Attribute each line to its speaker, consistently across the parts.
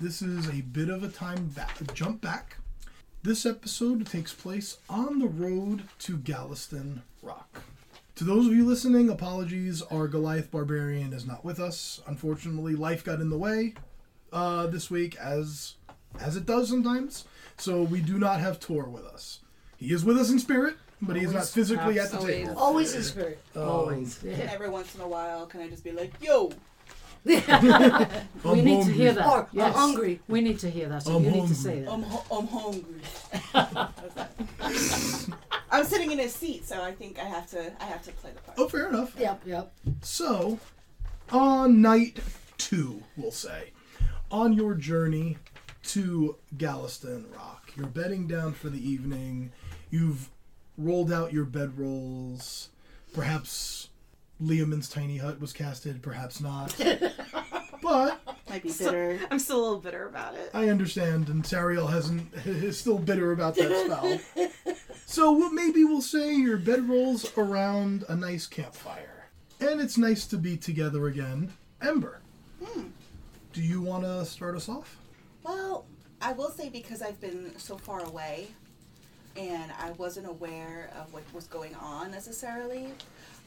Speaker 1: This is a bit of a time back, a jump back. This episode takes place on the road to Galveston Rock. To those of you listening, apologies. Our Goliath Barbarian is not with us. Unfortunately, life got in the way uh, this week, as as it does sometimes. So we do not have Tor with us. He is with us in spirit, but he is not
Speaker 2: Always
Speaker 1: physically at the
Speaker 2: absent.
Speaker 1: table.
Speaker 3: Always in spirit.
Speaker 1: Um,
Speaker 2: Always. Yeah.
Speaker 4: Every once in a while, can I just be like, yo,
Speaker 1: I'm
Speaker 2: we need to
Speaker 1: hungry.
Speaker 2: hear that.
Speaker 3: Or,
Speaker 2: yes.
Speaker 3: I'm hungry.
Speaker 2: We need to hear that. So
Speaker 1: I'm
Speaker 2: you need
Speaker 1: hungry.
Speaker 2: to say that.
Speaker 4: I'm, ho- I'm hungry. How's that? I'm sitting in a seat, so I think I have to I have to play the part.
Speaker 1: Oh, fair enough.
Speaker 3: Yep, yep.
Speaker 1: So, on night two, we'll say, on your journey to Galveston Rock, you're bedding down for the evening. You've rolled out your bedrolls. Perhaps Liamon's tiny hut was casted, perhaps not. but
Speaker 4: Might be bitter.
Speaker 5: I'm still a little bitter about it.
Speaker 1: I understand, and Sariel hasn't is still bitter about that spell. so we'll, maybe we'll say your bedrolls around a nice campfire, and it's nice to be together again. Ember,
Speaker 5: Hmm.
Speaker 1: do you want to start us off?
Speaker 4: Well, I will say because I've been so far away and I wasn't aware of what was going on necessarily,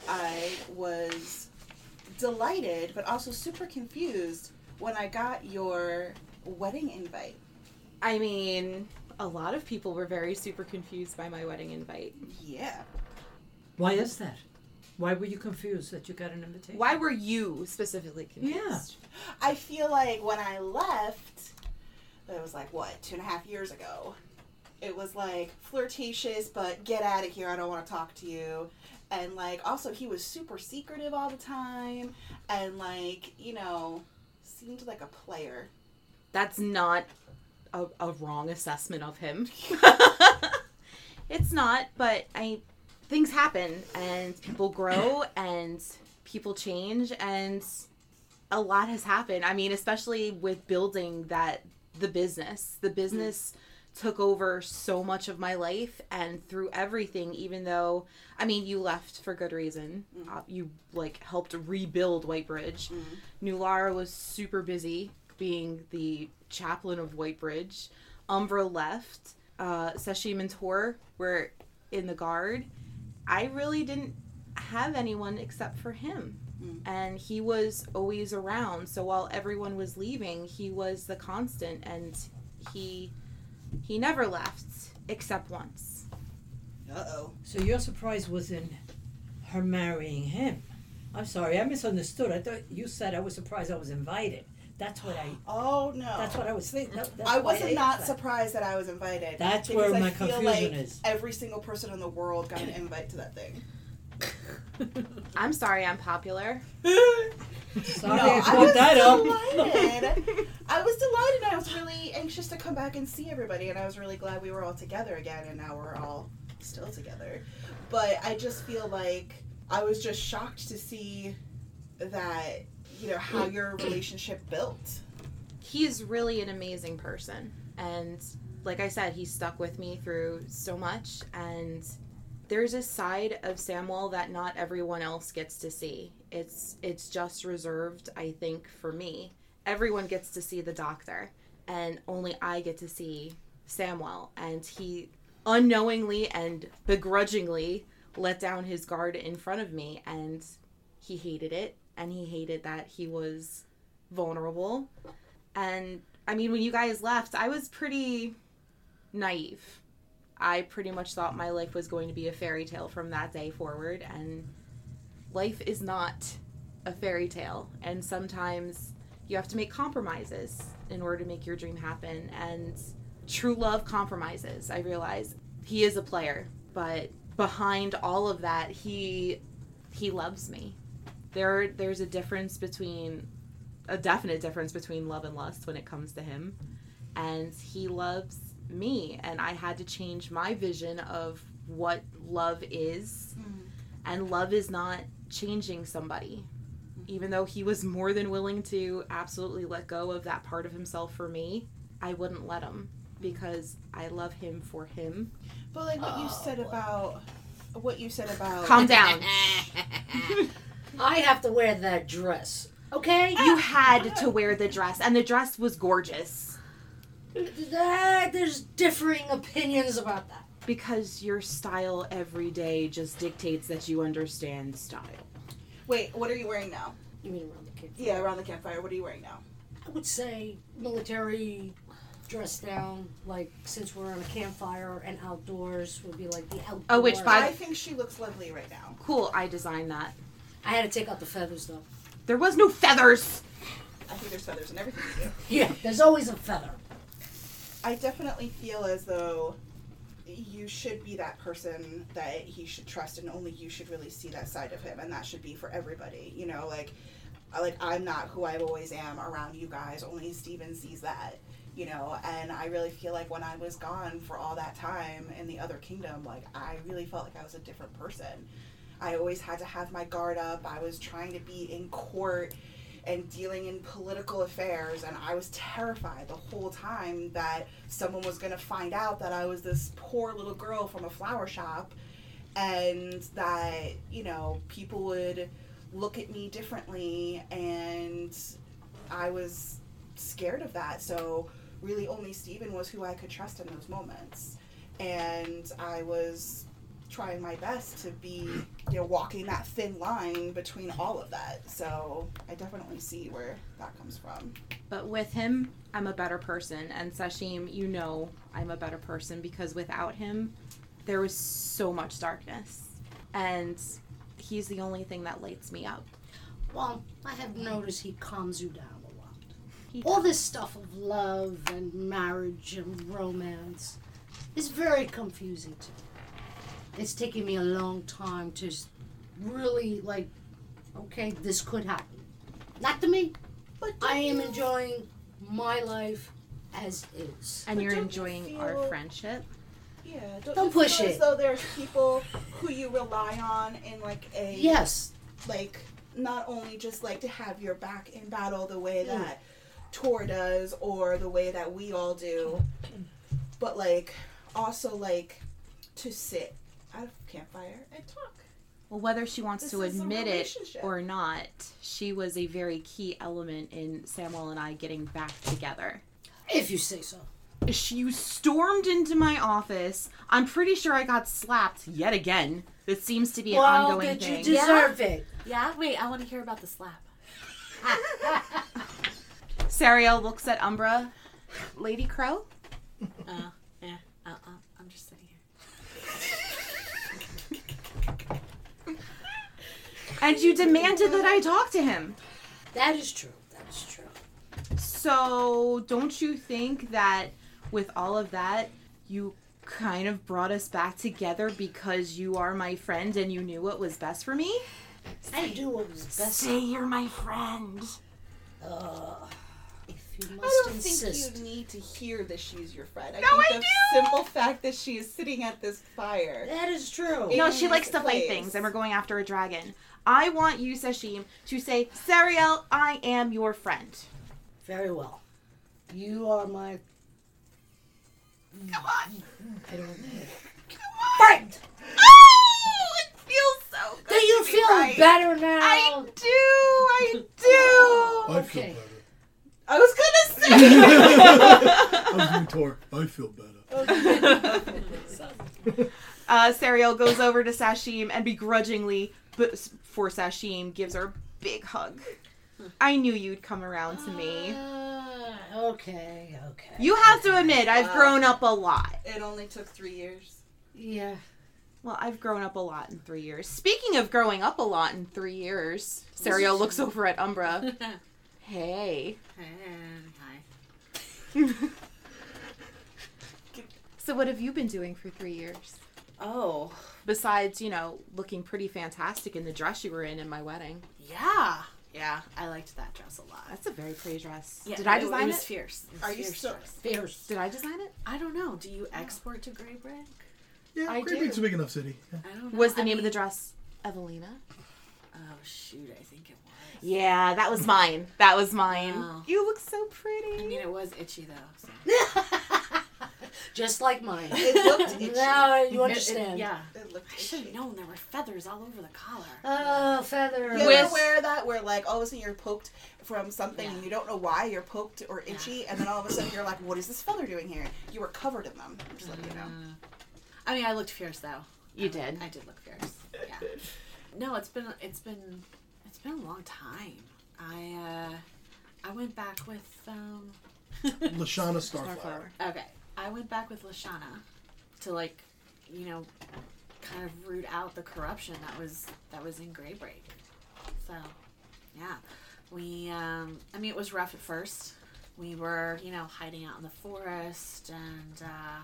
Speaker 4: I was delighted but also super confused when I got your wedding invite.
Speaker 5: I mean, a lot of people were very super confused by my wedding invite.
Speaker 4: Yeah.
Speaker 2: Why is that? Why were you confused that you got an invitation?
Speaker 5: Why were you specifically confused?
Speaker 2: Yeah.
Speaker 4: I feel like when I left, that was like what two and a half years ago. It was like flirtatious, but get out of here. I don't want to talk to you. And like also, he was super secretive all the time, and like you know, seemed like a player.
Speaker 5: That's not a, a wrong assessment of him. it's not, but I things happen and people grow and people change and a lot has happened. I mean, especially with building that the business. The business took over so much of my life and through everything even though I mean, you left for good reason. Uh, you like helped rebuild White Bridge. New Lara was super busy being the chaplain of White Bridge. Umbra left. Uh, Seshi and Tor were in the guard. I really didn't have anyone except for him. And he was always around. So while everyone was leaving, he was the constant and he he never left except once.
Speaker 4: Uh oh.
Speaker 3: So your surprise was in her marrying him. I'm sorry, I misunderstood. I thought you said I was surprised I was invited. That's what I.
Speaker 4: Oh no.
Speaker 3: That's what I was thinking. That, that's
Speaker 4: I
Speaker 3: why
Speaker 4: wasn't not
Speaker 3: asked that.
Speaker 4: surprised that I was invited.
Speaker 3: That's
Speaker 4: because
Speaker 3: where
Speaker 4: I
Speaker 3: my
Speaker 4: feel
Speaker 3: confusion
Speaker 4: like
Speaker 3: is.
Speaker 4: Every single person in the world got an invite to that thing.
Speaker 5: I'm sorry I'm popular.
Speaker 3: Sorry,
Speaker 4: No,
Speaker 3: I
Speaker 4: I
Speaker 3: brought
Speaker 4: was
Speaker 3: that up.
Speaker 4: delighted. I was delighted. I was really anxious to come back and see everybody, and I was really glad we were all together again, and now we're all still together. But I just feel like I was just shocked to see that, you know, how your relationship built.
Speaker 5: he's really an amazing person and like i said he stuck with me through so much and there's a side of samuel that not everyone else gets to see it's it's just reserved i think for me everyone gets to see the doctor and only i get to see samuel and he unknowingly and begrudgingly let down his guard in front of me and he hated it and he hated that he was vulnerable and I mean, when you guys left, I was pretty naive. I pretty much thought my life was going to be a fairy tale from that day forward, and life is not a fairy tale. And sometimes you have to make compromises in order to make your dream happen. And true love compromises. I realize he is a player, but behind all of that, he he loves me. There, there's a difference between a definite difference between love and lust when it comes to him. And he loves me, and I had to change my vision of what love is. And love is not changing somebody. Even though he was more than willing to absolutely let go of that part of himself for me, I wouldn't let him because I love him for him.
Speaker 4: But like what you said about Oh. what you said about
Speaker 5: Calm down.
Speaker 3: I have to wear that dress. Okay?
Speaker 6: Ah!
Speaker 5: You had to wear the dress, and the dress was gorgeous
Speaker 6: That, there's differing opinions about that.
Speaker 5: because your style every day just dictates that you understand style.
Speaker 4: Wait, what are you wearing now?
Speaker 6: You mean around the kid?
Speaker 4: Yeah, around the campfire. What are you wearing now?
Speaker 6: I would say military dress down, like since we're on a campfire and outdoors would be like the outdoor.
Speaker 5: Oh, which
Speaker 4: I
Speaker 5: by-
Speaker 4: think she looks lovely right now.
Speaker 5: Cool, I designed that.
Speaker 6: I had to take out the feathers though.
Speaker 5: There was no feathers.
Speaker 4: I think there's feathers and everything. you do.
Speaker 6: Yeah, there's always a feather.
Speaker 4: I definitely feel as though you should be that person that he should trust, and only you should really see that side of him, and that should be for everybody. You know, like, I- like I'm not who I always am around you guys. Only Steven sees that. You know, and I really feel like when I was gone for all that time in the other kingdom, like I really felt like I was a different person. I always had to have my guard up. I was trying to be in court and dealing in political affairs and I was terrified the whole time that someone was going to find out that I was this poor little girl from a flower shop and that, you know, people would look at me differently and I was scared of that. So really only Steven was who I could trust in those moments. And I was trying my best to be, you know, walking that thin line between all of that. So I definitely see where that comes from.
Speaker 5: But with him, I'm a better person. And Sashim, you know I'm a better person because without him, there was so much darkness. And he's the only thing that lights me up.
Speaker 6: Well, I have noticed he calms you down a lot.
Speaker 5: He
Speaker 6: All this stuff of love and marriage and romance is very confusing to me. It's taken me a long time to s- really like, okay, this could happen. Not to me.
Speaker 4: But
Speaker 6: I am enjoying my life as is.
Speaker 5: And
Speaker 4: But
Speaker 5: you're
Speaker 4: don't you
Speaker 5: enjoying our
Speaker 4: feel-
Speaker 5: friendship.
Speaker 4: Yeah, don't,
Speaker 6: Don't
Speaker 4: you feel
Speaker 6: push
Speaker 4: as
Speaker 6: it.
Speaker 4: though there's people who you rely on in like a
Speaker 6: Yes,
Speaker 4: like not only just like to have your back in battle the way that Tor does or the way that we all do, but like also like to sit at a campfire and talk.
Speaker 5: Well, whether she wants
Speaker 4: This
Speaker 5: to
Speaker 4: is a
Speaker 5: admit it
Speaker 4: relationship.
Speaker 5: or not, she was a very key element in Samuel and I getting back together.
Speaker 6: if you say so.
Speaker 5: She you stormed into my office. I'm pretty sure I got slapped yet again. This seems to be an
Speaker 6: well,
Speaker 5: ongoing
Speaker 6: did
Speaker 5: thing.
Speaker 6: you deserve it?
Speaker 7: Yeah, wait, I want to hear about the slap.
Speaker 5: Sariel looks at Umbra. Lady Crow?
Speaker 7: Uh, yeah, uh, uh, I'm just sitting here.
Speaker 5: And you demanded that I talk to him.
Speaker 6: That is true. That is true.
Speaker 5: So, don't you think that with all of that, you kind of brought us back together because you are my friend and you knew what was best for me?
Speaker 6: I do what was best.
Speaker 5: you're my friend.
Speaker 6: Uh, if you must
Speaker 4: I don't
Speaker 6: insist.
Speaker 4: think you need to hear that she's your friend. I
Speaker 5: No,
Speaker 4: think
Speaker 5: I
Speaker 4: the
Speaker 5: do!
Speaker 4: simple fact that she is sitting at this fire.
Speaker 6: That is true.
Speaker 5: No,
Speaker 4: Yes,
Speaker 5: she likes to fight
Speaker 4: please.
Speaker 5: things, and we're going after a dragon. I want you, Sashim, to say, Sariel, I am your friend.
Speaker 6: Very well. You are my. Mm-hmm.
Speaker 5: Come on.
Speaker 6: I don't know.
Speaker 5: Friend! Oh, it feels so good.
Speaker 6: Do you
Speaker 5: to be
Speaker 6: feel
Speaker 5: right.
Speaker 6: better now?
Speaker 5: I do, I do.
Speaker 1: I feel
Speaker 6: Okay.
Speaker 1: better.
Speaker 4: I was gonna say.
Speaker 1: I was Tor. I feel better.
Speaker 5: Uh, Sariel goes over to Sashim and begrudgingly, but for Sashim, gives her a big hug. I knew you'd come around to me.
Speaker 6: Ah, okay, okay.
Speaker 5: You have to admit, I've grown up a lot.
Speaker 4: it only took three years.
Speaker 6: Yeah.
Speaker 5: Well, I've grown up a lot in three years. Speaking of growing up a lot in three years, Sariel looks over at Umbra. Hey.
Speaker 7: Hi.
Speaker 5: So, what have you been doing for three years?
Speaker 7: Oh,
Speaker 5: Besides, you know, looking pretty fantastic in the dress you were in in my wedding.
Speaker 7: yeah. Yeah, I liked that dress a lot.
Speaker 5: That's a very pretty dress.
Speaker 7: Yeah,
Speaker 5: Did I
Speaker 7: it-
Speaker 5: design
Speaker 7: it?
Speaker 5: it?
Speaker 7: was fierce. It was
Speaker 4: Are you
Speaker 7: fierce
Speaker 4: still-
Speaker 7: dress.
Speaker 6: Fierce.
Speaker 5: Did I design it?
Speaker 7: I don't know. Do you export to Grey Brick?
Speaker 1: Yeah,
Speaker 5: I
Speaker 1: Great
Speaker 5: do.
Speaker 1: Brick's a big enough city. Yeah.
Speaker 7: I don't know.
Speaker 5: Was the
Speaker 7: I
Speaker 5: name of the
Speaker 7: mean-
Speaker 5: dress Evelina?
Speaker 7: Oh, shoot, I think it was.
Speaker 5: Yeah, that was mine. That was mine.
Speaker 7: Wow.
Speaker 5: You look so
Speaker 7: I
Speaker 5: pretty.
Speaker 7: mean, it was itchy, though. So.
Speaker 6: just like mine.
Speaker 4: It looked itchy.
Speaker 6: now you
Speaker 7: It- it-
Speaker 6: understand.
Speaker 7: yeah.
Speaker 4: It looked
Speaker 7: I should
Speaker 4: itchy.
Speaker 7: have known there were feathers all over the collar.
Speaker 6: Oh, feather.
Speaker 4: You ever
Speaker 5: With-
Speaker 4: wear that where like all of a sudden you're poked from something and you don't know why you're poked or itchy, and then all of a sudden you're like, "What is this feather doing here?" You were covered in them. I'm just letting you know.
Speaker 7: Mm. I mean, I looked fierce though.
Speaker 5: You did.
Speaker 7: I did look fierce. Yeah. No, it's been it's been it's been a long time. I uh I went back with um
Speaker 1: Lashana Starflower.
Speaker 7: Okay. I went back with Lashana to like, you know, kind of root out the corruption that was that was in Greybreak. So, yeah. We um I mean it was rough at first. We were, you know, hiding out in the forest and uh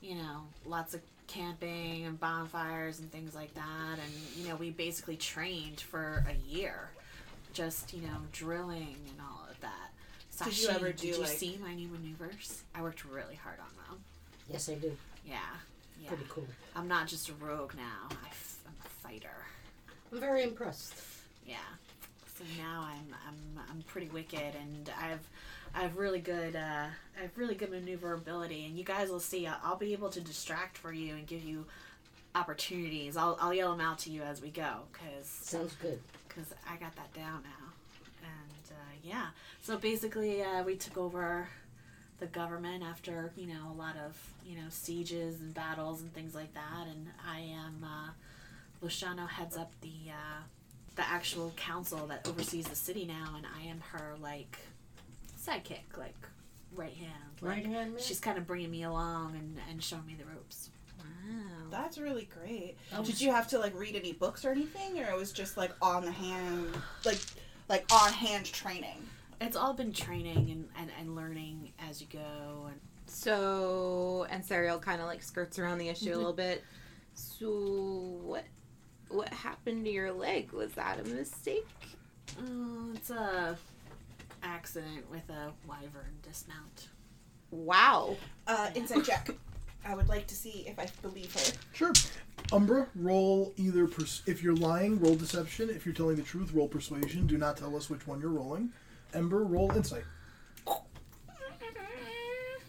Speaker 7: you know, lots of camping and bonfires and things like that and you know, we basically trained for a year just, you know, drilling and all of that.
Speaker 4: Did you
Speaker 7: Sashi,
Speaker 4: ever do,
Speaker 7: Did you
Speaker 4: like-
Speaker 7: see my new maneuvers? I worked really hard on them.
Speaker 6: Yes, I do.
Speaker 7: Yeah, yeah.
Speaker 6: Pretty cool.
Speaker 7: I'm not just a rogue now. I f- I'm a fighter.
Speaker 6: I'm very impressed.
Speaker 7: Yeah. So now I'm I'm I'm pretty wicked, and I've I have really good uh, I have really good maneuverability, and you guys will see. I'll, I'll be able to distract for you and give you opportunities. I'll I'll yell them out to you as we go, cause
Speaker 6: Sounds good.
Speaker 7: because I got that down now. And uh, yeah, so basically, uh, we took over the government after you know a lot of you know sieges and battles and things like that. And I am uh, Luciano heads up the uh, the actual council that oversees the city now, and I am her like sidekick, like right hand. Like,
Speaker 6: Right hand man.
Speaker 7: She's kind of bringing me along and, and showing me the ropes.
Speaker 5: Wow.
Speaker 4: That's really great.
Speaker 6: Oh.
Speaker 4: Did you have to like read any books or anything, or it was just like on the hand, like like on hand training?
Speaker 7: It's all been training and, and, and learning as you go. And
Speaker 5: So, and Serial kind of like skirts around the issue a little bit. So, what what happened to your leg? Was that a mistake?
Speaker 7: Mm, it's a accident with a wyvern dismount.
Speaker 5: Wow.
Speaker 4: Uh, insight check. I would like to see if I believe her.
Speaker 1: Sure. Umbra, roll either. Pers- if you're lying, roll deception. If you're telling the truth, roll persuasion. Do not tell us which one you're rolling. Ember, roll insight.
Speaker 7: Mm.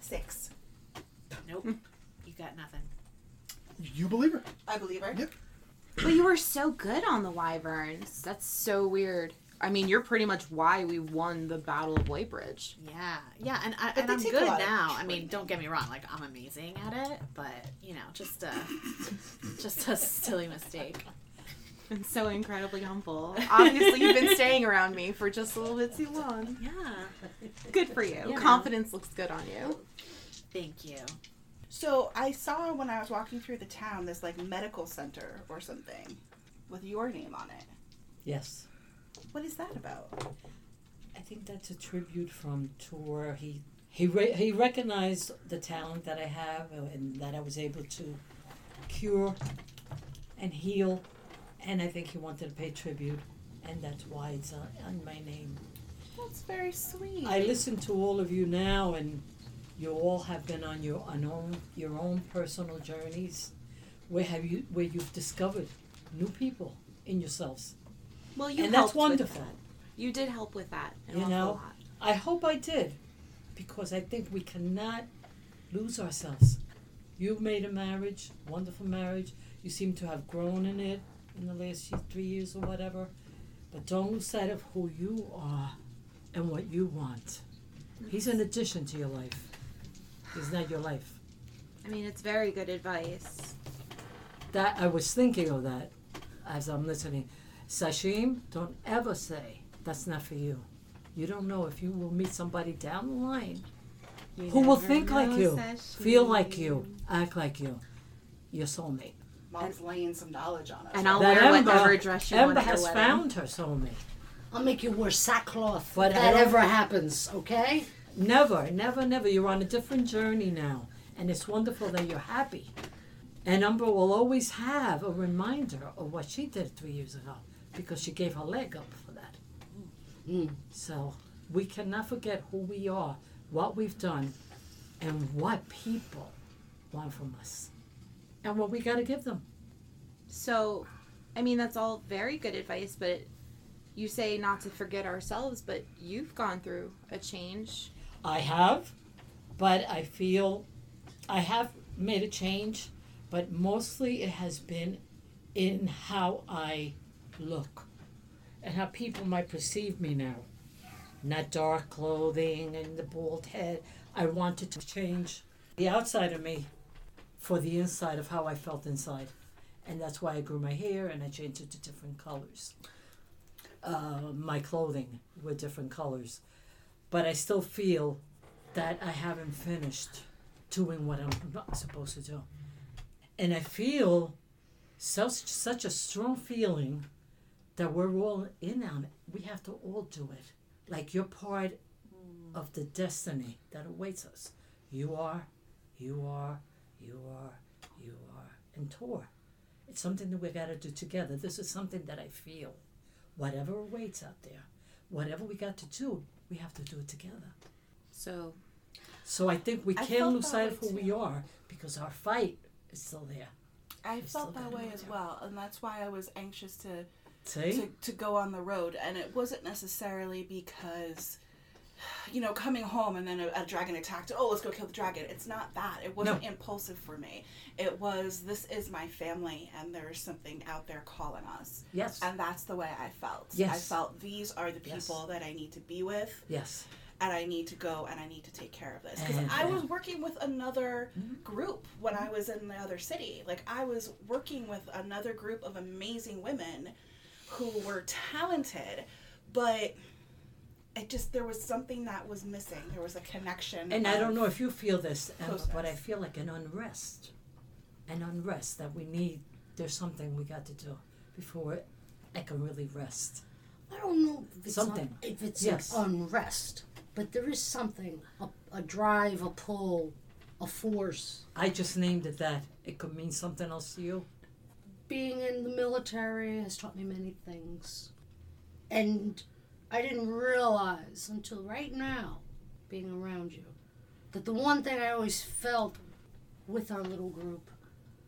Speaker 4: Six.
Speaker 7: Nope, you got nothing.
Speaker 1: You believe her.
Speaker 4: I believe her.
Speaker 1: Yep.
Speaker 5: But you were so good on the wyverns. That's so weird. I mean, you're pretty much why we won the Battle of Weybridge.
Speaker 7: Yeah, yeah, and, I,
Speaker 4: But
Speaker 7: and
Speaker 4: they
Speaker 7: I'm
Speaker 4: take a
Speaker 7: good
Speaker 4: lot of
Speaker 7: now. I mean,
Speaker 4: training.
Speaker 7: don't get me wrong; like I'm amazing at it, but you know, just a just a silly mistake.
Speaker 5: And so incredibly humble. Obviously, you've been staying around me for just a little bit too long.
Speaker 7: Yeah,
Speaker 5: Good for you.
Speaker 7: Yeah.
Speaker 5: Confidence looks good on you.
Speaker 7: thank you.
Speaker 4: So I saw when I was walking through the town this like medical center or something with your name on it.
Speaker 2: Yes.
Speaker 4: What is that about?
Speaker 2: I think that's a tribute from Tour. He he re- he recognized the talent that I have uh, and that I was able to cure and heal, and I think he wanted to pay tribute, and that's why it's on, on my name.
Speaker 4: That's very sweet.
Speaker 2: I listen to all of you now, and you all have been on your on own, your own personal journeys. Where have you where you've discovered new people in yourselves,
Speaker 5: Well, you
Speaker 2: and that's
Speaker 5: helped with
Speaker 2: wonderful.
Speaker 5: that. You did help with that. An
Speaker 2: You
Speaker 5: awful
Speaker 2: know?
Speaker 5: lot.
Speaker 2: I hope I did, because I think we cannot lose ourselves. You've made a marriage, wonderful marriage. You seem to have grown in it in the last ye- three years or whatever. But don't lose sight of who you are and what you want. He's an addition to your life. He's not your life.
Speaker 5: I mean, it's very good advice.
Speaker 2: That I was thinking of that as I'm listening. Sashim, don't ever say that's not for you. You don't know if you will meet somebody down the line
Speaker 5: You
Speaker 2: Who will
Speaker 5: never
Speaker 2: think like
Speaker 5: know,
Speaker 2: you,
Speaker 5: Sashi.
Speaker 2: feel like you, act like you, your soulmate.
Speaker 4: Mom's laying some knowledge on us.
Speaker 5: And I'll
Speaker 2: That
Speaker 5: wear
Speaker 2: Ember-
Speaker 5: whatever dress you
Speaker 2: Amber
Speaker 5: want at
Speaker 2: has
Speaker 5: your wedding.
Speaker 2: found her soulmate.
Speaker 6: I'll make you wear sackcloth if
Speaker 2: But I
Speaker 6: that
Speaker 2: don't-
Speaker 6: ever happens, okay?
Speaker 2: Never, never, never. You're on a different journey now, and it's wonderful that you're happy. And Umbra will always have a reminder of what she did three years ago because she gave her leg up for that.
Speaker 6: Mm.
Speaker 2: So we cannot forget who we are, what we've done, and what people want from us, and what we got to give them.
Speaker 5: So, I mean, that's all very good advice, but you say not to forget ourselves, but you've gone through a change.
Speaker 2: I have, but I feel I have made a change, but mostly it has been in how I look and how people might perceive me now. Not dark clothing and the bald head. I wanted to change the outside of me for the inside of how I felt inside. And that's why I grew my hair and I changed it to different colors. Uh, my clothing were different colors. But I still feel that I haven't finished doing what I'm not supposed to do. And I feel such, such a strong feeling that we're all in on it. We have to all do it. Like you're part of the destiny that awaits us. You are, you are, you are, you are, and tour. It's something that we gotta do together. This is something that I feel. Whatever awaits out there, whatever we got to do, we have to do it together.
Speaker 5: So
Speaker 2: So I think we
Speaker 4: I
Speaker 2: can't
Speaker 4: felt
Speaker 2: lose
Speaker 4: that
Speaker 2: sight
Speaker 4: way
Speaker 2: of who we are because our fight is still there.
Speaker 4: I
Speaker 2: It's
Speaker 4: felt
Speaker 2: still
Speaker 4: that
Speaker 2: kinda
Speaker 4: way
Speaker 2: out
Speaker 4: as
Speaker 2: there.
Speaker 4: well, and that's why I was anxious to
Speaker 2: See?
Speaker 4: to, to go on the road and it wasn't necessarily because you know coming home and then a, a dragon attacked oh let's go kill the dragon it's not that it wasn't impulsive for me it was this is my family and there's something out there calling us
Speaker 2: yes.
Speaker 4: and that's the way i felt i
Speaker 2: Yes.
Speaker 4: felt these are the
Speaker 2: Yes.
Speaker 4: people that i need to be with
Speaker 2: yes.
Speaker 4: and i need to go and i need to take care of this because
Speaker 2: And-
Speaker 4: i was working with another
Speaker 2: Mm-hmm.
Speaker 4: group when i was in the other city like i was working with another group of amazing women who were talented, but it just there was something that was missing. There was a connection.
Speaker 2: And I
Speaker 4: of-
Speaker 2: don't know if you feel this, Emma,
Speaker 4: Closeness.
Speaker 2: but I feel like an unrest. An unrest that we need. There's something we got to do before I can really rest.
Speaker 6: I don't know if it's
Speaker 2: Something.
Speaker 6: Un- if it's
Speaker 2: Yes.
Speaker 6: like unrest, but there is something a, a drive, a pull, a force.
Speaker 2: I just named it that. It could mean something else to you.
Speaker 6: Being in the military has taught me many things, and I didn't realize until right now, being around you, that the one thing I always felt with our little group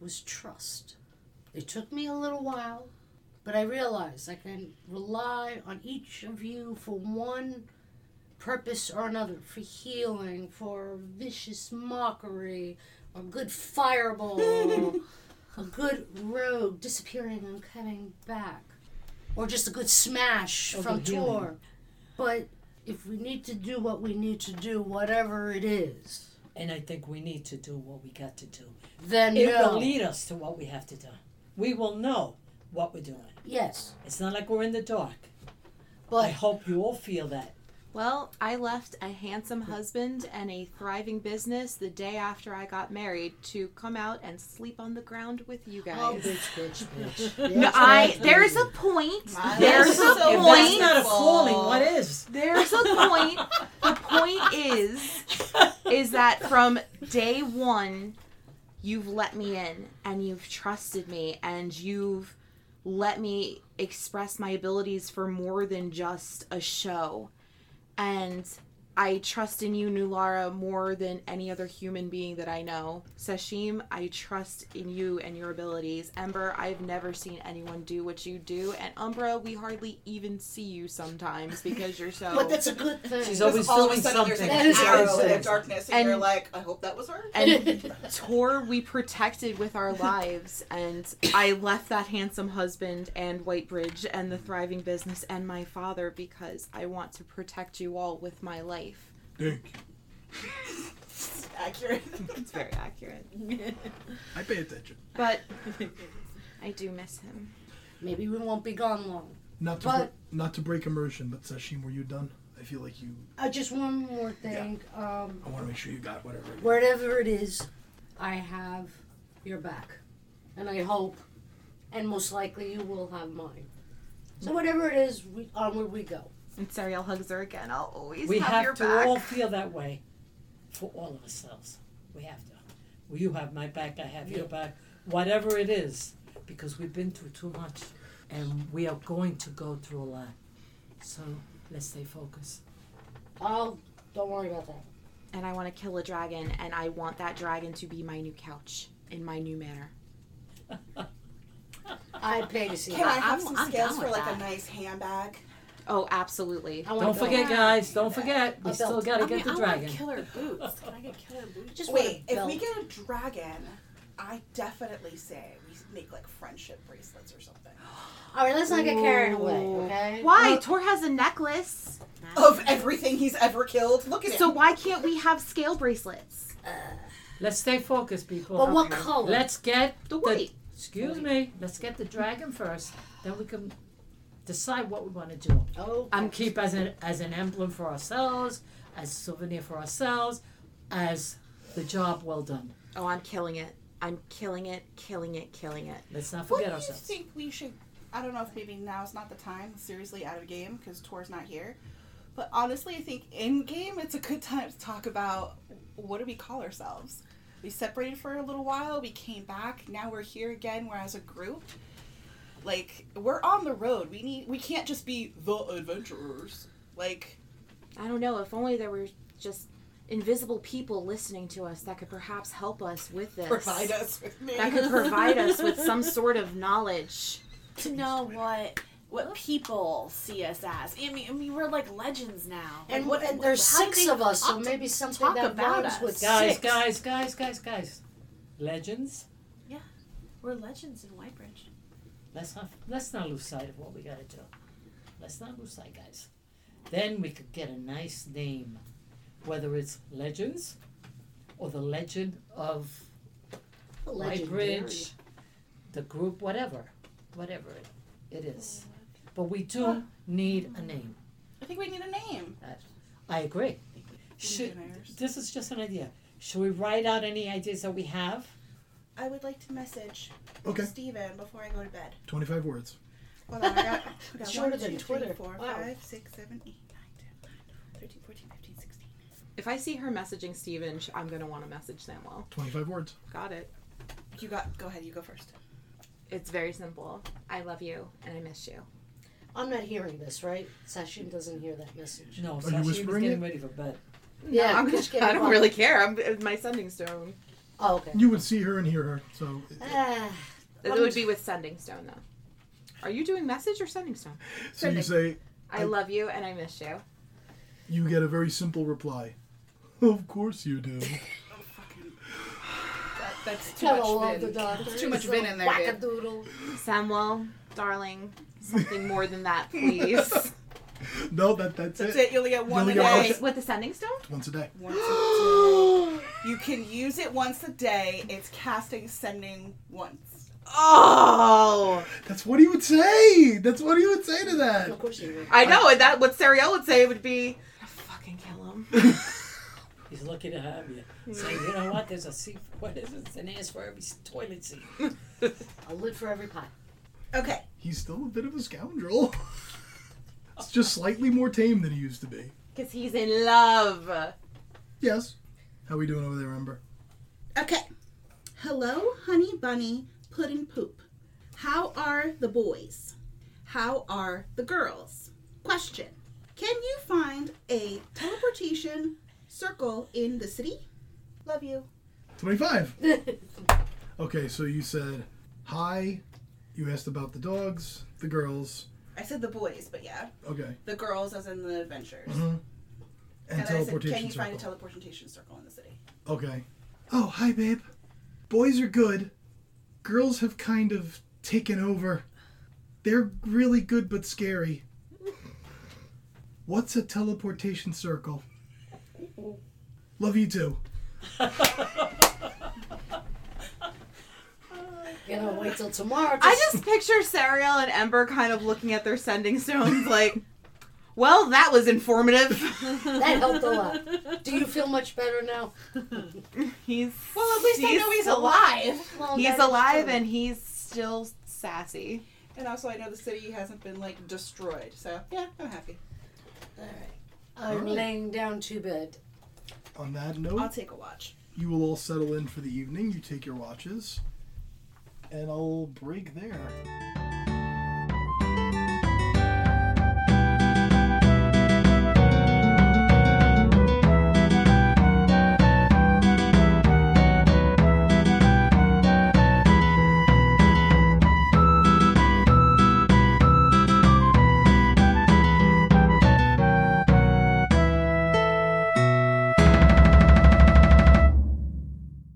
Speaker 6: was trust. It took me a little while, but I realized I can rely on each of you for one purpose or another for healing, for vicious mockery, a good fireball, a good rogue disappearing and coming back, or just a good smash
Speaker 2: Or
Speaker 6: from
Speaker 2: good healing.
Speaker 6: Tor. But if we need to do what we need to do, whatever it is,
Speaker 2: And I think we need to do what we got to do.
Speaker 6: then
Speaker 2: It
Speaker 6: no.
Speaker 2: will lead us to what we have to do. We will know what we're doing.
Speaker 6: yes,
Speaker 2: It's not like we're in the dark. I
Speaker 6: but
Speaker 2: hope you all feel that.
Speaker 5: Well, I left a handsome husband and a thriving business the day after I got married to come out and sleep on the ground with you guys.
Speaker 6: oh, bitch, bitch, bitch.
Speaker 5: No,
Speaker 6: Bitch,
Speaker 5: I
Speaker 6: bitch,
Speaker 5: there's
Speaker 6: bitch.
Speaker 5: a point.
Speaker 4: My
Speaker 5: There's
Speaker 4: God.
Speaker 2: if
Speaker 4: So
Speaker 5: a
Speaker 2: that's
Speaker 5: point.
Speaker 2: not a
Speaker 4: Wonderful.
Speaker 2: falling, what is?
Speaker 5: There's a point. The point is is that from day 1 you've let me in and you've trusted me and you've let me express my abilities for more than just a show. And I trust in you, Nulara, more than any other human being that I know. Sashim, I trust in you and your abilities. Ember, I've never seen anyone do what you do. And Umbra, we hardly even see you sometimes because you're so.
Speaker 6: But that's a good thing.
Speaker 2: She's always
Speaker 4: Because all of a
Speaker 2: doing
Speaker 4: sudden
Speaker 2: something.
Speaker 6: That
Speaker 4: There's
Speaker 6: is
Speaker 4: an arrow in
Speaker 6: true.
Speaker 4: the darkness, and,
Speaker 5: And-
Speaker 4: you're like, I hope that was her.
Speaker 5: and Tor, we protected with our lives, and I left that handsome husband and Whitebridge and the thriving business and my father because I want to protect you all with my life.
Speaker 1: Thank you.
Speaker 4: Accurate.
Speaker 5: It's very accurate,
Speaker 1: I pay attention.
Speaker 5: but I do miss him.
Speaker 6: Maybe we won't be gone long.
Speaker 1: Not to
Speaker 6: But-
Speaker 1: br- not to break immersion, but Sashim, were you done? I feel like you.
Speaker 6: Uh, just one more thing. Um,
Speaker 1: I want to make sure you got whatever.
Speaker 6: wherever it is, I have your back, and I hope, and most likely you will have mine. So whatever it is, we, onward we go.
Speaker 5: And Serial hugs her again. I'll always
Speaker 2: We
Speaker 5: have,
Speaker 2: have,
Speaker 5: your
Speaker 2: to
Speaker 5: back.
Speaker 2: all feel that way for all of ourselves. We have to. Well, you have my back, I have your back, whatever it is, because we've been through too much and we are going to go through a lot. So let's stay focused.
Speaker 6: Oh, don't worry about that.
Speaker 5: and I want to kill a dragon, and I want that dragon to be my new couch in my new manor.
Speaker 6: I pay to see
Speaker 4: Can I
Speaker 6: that.
Speaker 4: have
Speaker 7: I'm-
Speaker 4: some
Speaker 7: I'm
Speaker 4: scales
Speaker 7: down
Speaker 4: for
Speaker 7: with
Speaker 4: like a
Speaker 7: that.
Speaker 4: nice handbag?
Speaker 5: Oh, absolutely.
Speaker 6: I want
Speaker 2: Don't
Speaker 6: to
Speaker 2: forget,
Speaker 6: go.
Speaker 2: guys. Don't forget. We
Speaker 6: A
Speaker 2: still
Speaker 6: belt.
Speaker 2: gotta
Speaker 7: I mean,
Speaker 2: get the
Speaker 7: I
Speaker 2: dragon.
Speaker 7: want killer boots. Can I get killer boots?
Speaker 6: Just want a
Speaker 4: Wait, if we
Speaker 6: belt.
Speaker 4: get a dragon, I definitely say we make like friendship bracelets or something.
Speaker 6: All right, let's not get carried away, okay?
Speaker 5: Why? Tor has a necklace.
Speaker 4: Of everything he's ever killed. Look at
Speaker 5: So
Speaker 4: him.
Speaker 5: why can't we have scale bracelets?
Speaker 2: Let's stay focused, people.
Speaker 6: But what color?
Speaker 2: Let's get
Speaker 5: The white.
Speaker 2: Excuse me. Let's get the dragon first. Then we can decide what we want to do.
Speaker 6: Oh,
Speaker 2: Um, keep as an as an emblem for ourselves, as souvenir for ourselves, as the job well done.
Speaker 5: Oh, I'm killing it. I'm killing it, killing it, killing it.
Speaker 2: Let's not
Speaker 4: What
Speaker 2: forget
Speaker 4: do you
Speaker 2: ourselves.
Speaker 4: think we should? I don't know if maybe now's not the time. Seriously, out of game because Tor's not here. But honestly, I think in game it's a good time to talk about what do we call ourselves. We separated for a little while. We came back. Now we're here again. We're as a group. Like we're on the road. We need. We can't just be the adventurers. Like
Speaker 5: I don't know. If only there were just invisible people listening to us that could perhaps help us with this.
Speaker 4: provide us with me.
Speaker 5: That could provide us with some sort of knowledge.
Speaker 7: to know what what people see us as. I mean, I mean we're like legends now.
Speaker 6: And,
Speaker 7: like, what,
Speaker 6: and there's
Speaker 7: how do
Speaker 6: six
Speaker 7: they
Speaker 6: of us, so
Speaker 7: talk to-
Speaker 6: maybe something
Speaker 7: talk
Speaker 6: that
Speaker 7: about
Speaker 6: rhymes
Speaker 7: us.
Speaker 6: with
Speaker 2: Guys,
Speaker 6: six.
Speaker 2: guys, guys, guys, guys. Legends.
Speaker 7: We're legends in Whitebridge.
Speaker 2: Let's not let's not lose sight of what we gotta do. Let's not lose sight, guys. Then we could get a nice name, whether it's Legends or the Legend of
Speaker 6: Legendary.
Speaker 2: Whitebridge, the group, whatever, whatever it, it is. But we do need a name.
Speaker 4: I think we need a name.
Speaker 2: I agree. Should,
Speaker 4: Legionnaires.
Speaker 2: this is just an idea. Should we write out any ideas that we have?
Speaker 4: I would like to message
Speaker 1: Okay.
Speaker 4: Steven before I go to bed.
Speaker 1: 25 words.
Speaker 4: Hold on, I got, I got
Speaker 6: Shorter
Speaker 4: one,
Speaker 6: than
Speaker 4: two, three,
Speaker 6: Twitter.
Speaker 4: four,
Speaker 6: Wow.
Speaker 4: five, six, seven, eight, nine, 10, 11, 12, 13, 14, 15, 16.
Speaker 5: If I see her messaging Steven, sh- I'm going to want to message Samuel.
Speaker 1: 25 words.
Speaker 5: Got it.
Speaker 4: You got, go ahead, you go first.
Speaker 5: It's very simple. I love you and I miss you.
Speaker 6: I'm not hearing this, right? Sashim doesn't hear that message.
Speaker 2: No,
Speaker 1: you
Speaker 2: Sashi was
Speaker 1: whispering
Speaker 2: getting
Speaker 1: it?
Speaker 2: ready for bed.
Speaker 6: Yeah,
Speaker 5: I'm
Speaker 6: just
Speaker 5: I
Speaker 6: kidding.
Speaker 5: don't really care. I'm it's my sending stone.
Speaker 6: Oh, okay.
Speaker 1: You would see her and hear her. So
Speaker 6: Ah,
Speaker 5: It
Speaker 6: Um,
Speaker 5: would be with sending stone though. Are you doing message or sending stone?
Speaker 1: so you say
Speaker 5: I love you and I miss you.
Speaker 1: you get a very simple reply. Of course you do.
Speaker 4: That, that's too
Speaker 6: gotta
Speaker 4: much
Speaker 6: love the
Speaker 4: vin.
Speaker 6: doctor.
Speaker 4: That's too much
Speaker 6: He's
Speaker 4: vin
Speaker 6: a
Speaker 4: in there, dude.
Speaker 6: wackadoodle.
Speaker 5: Samuel, darling, something more than that, please.
Speaker 1: no, that that's,
Speaker 4: That's
Speaker 1: it.
Speaker 4: it, you only get one
Speaker 1: only
Speaker 4: a
Speaker 1: get
Speaker 4: day.
Speaker 5: With- With the sending stone?
Speaker 1: Once a day.
Speaker 4: Once a day. You can use it once a day. It's casting, sending once.
Speaker 5: Oh,
Speaker 1: That's what he would say. That's what he would say to
Speaker 6: Of
Speaker 1: that.
Speaker 6: course you would.
Speaker 5: I know. And that what Sariel would say would be, "Fucking kill him."
Speaker 2: He's lucky to have you. So you know what? There's a seat. What is it? It's an ass for every s- toilet seat.
Speaker 6: I'll live for every pot.
Speaker 4: Okay.
Speaker 1: He's still a bit of a scoundrel. it's just slightly more tame than he used to be.
Speaker 5: Because he's in love.
Speaker 1: Yes. How we doing over there, Ember?
Speaker 4: Okay. Hello, honey bunny, puddin' poop. How are the boys? How are the girls? Question Can you find a teleportation circle in the city? Love you.
Speaker 1: 25. okay, so you said hi. You asked about the dogs, the girls.
Speaker 4: I said the boys, but yeah.
Speaker 1: Okay.
Speaker 4: The girls, as in the adventures.
Speaker 1: Mhm. And,
Speaker 4: And then I said,
Speaker 1: teleportation
Speaker 4: Can you find
Speaker 1: circle.
Speaker 4: a teleportation circle in the city?
Speaker 1: Okay. Oh, hi, babe. Boys are good. Girls have kind of taken over. They're really good but scary. What's a teleportation circle? Love you too.
Speaker 6: You know, wait till tomorrow.
Speaker 5: I just picture Sariel and Ember kind of looking at their sending stones, like, "Well, that was informative."
Speaker 6: that helped a lot. Do you feel much better now?
Speaker 5: he's
Speaker 4: Well, at least I know he's alive.
Speaker 6: Well, that
Speaker 5: He's
Speaker 6: is
Speaker 5: alive
Speaker 6: true.
Speaker 5: and he's still sassy.
Speaker 4: And also, I know the city hasn't been like destroyed, so yeah, I'm happy.
Speaker 6: All right. I'm
Speaker 1: Alright.
Speaker 6: laying down to bed.
Speaker 1: On that
Speaker 4: I'll
Speaker 1: note,
Speaker 4: take a watch.
Speaker 1: you will all settle in for the evening. You take your watches, and I'll break there.